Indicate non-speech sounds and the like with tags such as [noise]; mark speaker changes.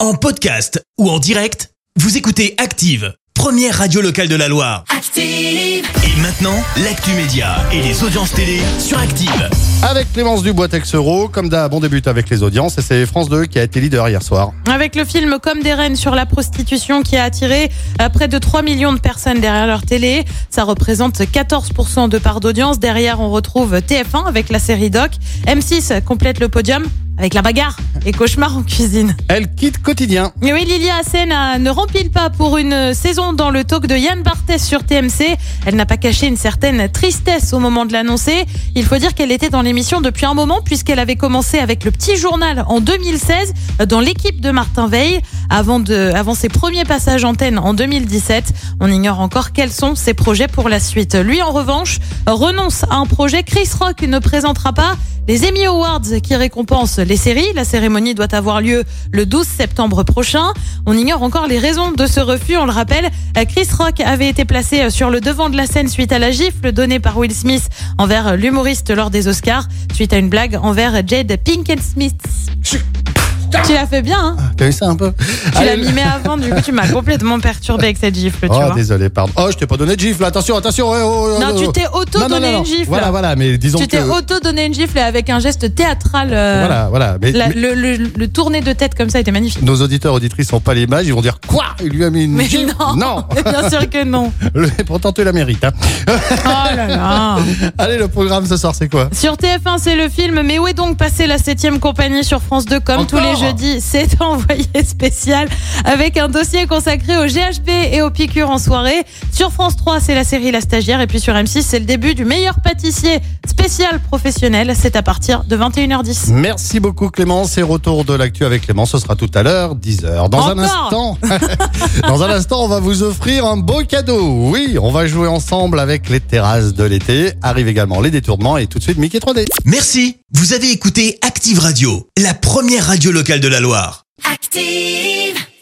Speaker 1: En podcast ou en direct, vous écoutez Active, première radio locale de la Loire.
Speaker 2: Active.
Speaker 1: Et maintenant, l'actu média et les audiences télé sur Active.
Speaker 3: Avec Clémence Dubois Texero, comme d'hab, on débute avec les audiences et c'est France 2 qui a été leader hier soir.
Speaker 4: Avec le film Comme des reines sur la prostitution qui a attiré euh, près de 3 millions de personnes derrière leur télé, ça représente 14% de part d'audience. Derrière, on retrouve TF1 avec la série Doc. M6 complète le podium avec la bagarre et cauchemar en cuisine.
Speaker 3: Elle quitte quotidien.
Speaker 4: Et oui, Lilia Hassen euh, ne rempile pas pour une saison dans le talk de Yann Barthès sur TMC. Elle n'a pas caché une certaine tristesse au moment de l'annoncer. Il faut dire qu'elle était dans l'émission depuis un moment puisqu'elle avait commencé avec le petit journal en 2016 euh, dans l'équipe de Martin Veil avant, de, avant ses premiers passages antenne en 2017. On ignore encore quels sont ses projets pour la suite. Lui, en revanche, renonce à un projet. Chris Rock ne présentera pas les Emmy Awards qui récompensent les séries. La cérémonie doit avoir lieu le 12 septembre prochain. On ignore encore les raisons de ce refus. On le rappelle, Chris Rock avait été placé sur le devant de la scène suite à la gifle donnée par Will Smith envers l'humoriste lors des Oscars, suite à une blague envers Jade Pinkett Smith. Tu l'as fait bien, hein
Speaker 3: T'as eu ça un peu
Speaker 4: Tu l'as
Speaker 3: Allez,
Speaker 4: mimé avant, du coup tu m'as complètement perturbé avec cette gifle, tu
Speaker 3: Ah, Oh,
Speaker 4: vois.
Speaker 3: désolé, pardon. Oh, je t'ai pas donné de gifle, là. attention, attention. eh, oh, oh,
Speaker 4: Non,
Speaker 3: oh,
Speaker 4: tu
Speaker 3: oh.
Speaker 4: t'es
Speaker 3: Non, non,
Speaker 4: auto-donné
Speaker 3: non, non.
Speaker 4: une gifle.
Speaker 3: Voilà, voilà, mais disons
Speaker 4: Tu
Speaker 3: que.
Speaker 4: t'es auto-donné une gifle et avec un geste théâtral. euh,
Speaker 3: euh, Voilà, voilà. Mais,
Speaker 4: la-
Speaker 3: mais
Speaker 4: le, le- le tourner de tête comme ça était
Speaker 3: [laughs]
Speaker 4: magnifique.
Speaker 3: nos auditeurs, auditrices n'ont pas l'image, ils vont dire quoi Il lui a mis une
Speaker 4: Mais
Speaker 3: gifle
Speaker 4: non, Bien sûr que non.
Speaker 3: [laughs] Le- Pourtant, tu la mérites. hein.
Speaker 4: Oh là là.
Speaker 3: Allez, le programme ce soir, c'est quoi
Speaker 4: Sur TF1, c'est le film Mais où est donc passée la 7 compagnie sur France 2 Comme tous les
Speaker 3: Encore
Speaker 4: jeudis, c'est [laughs] envoyé spécial avec un dossier consacré au GHB et aux piqûres en soirée. Sur France 3, c'est la série La Stagiaire. Et puis sur M6, c'est le début du meilleur pâtissier spécial professionnel. C'est à partir de 21h10.
Speaker 3: Merci beaucoup Clémence et retour de l'actu avec Clémence, ce sera tout à l'heure, 10h. Dans un
Speaker 4: Encore
Speaker 3: instant, [laughs] dans un instant, on va vous offrir un beau cadeau. Oui, on va jouer ensemble avec les terrasses de l'été. Arrivent également les détournements et tout de suite Mickey 3D.
Speaker 1: Merci, vous avez écouté Active Radio, la première radio locale de la Loire.
Speaker 2: Active.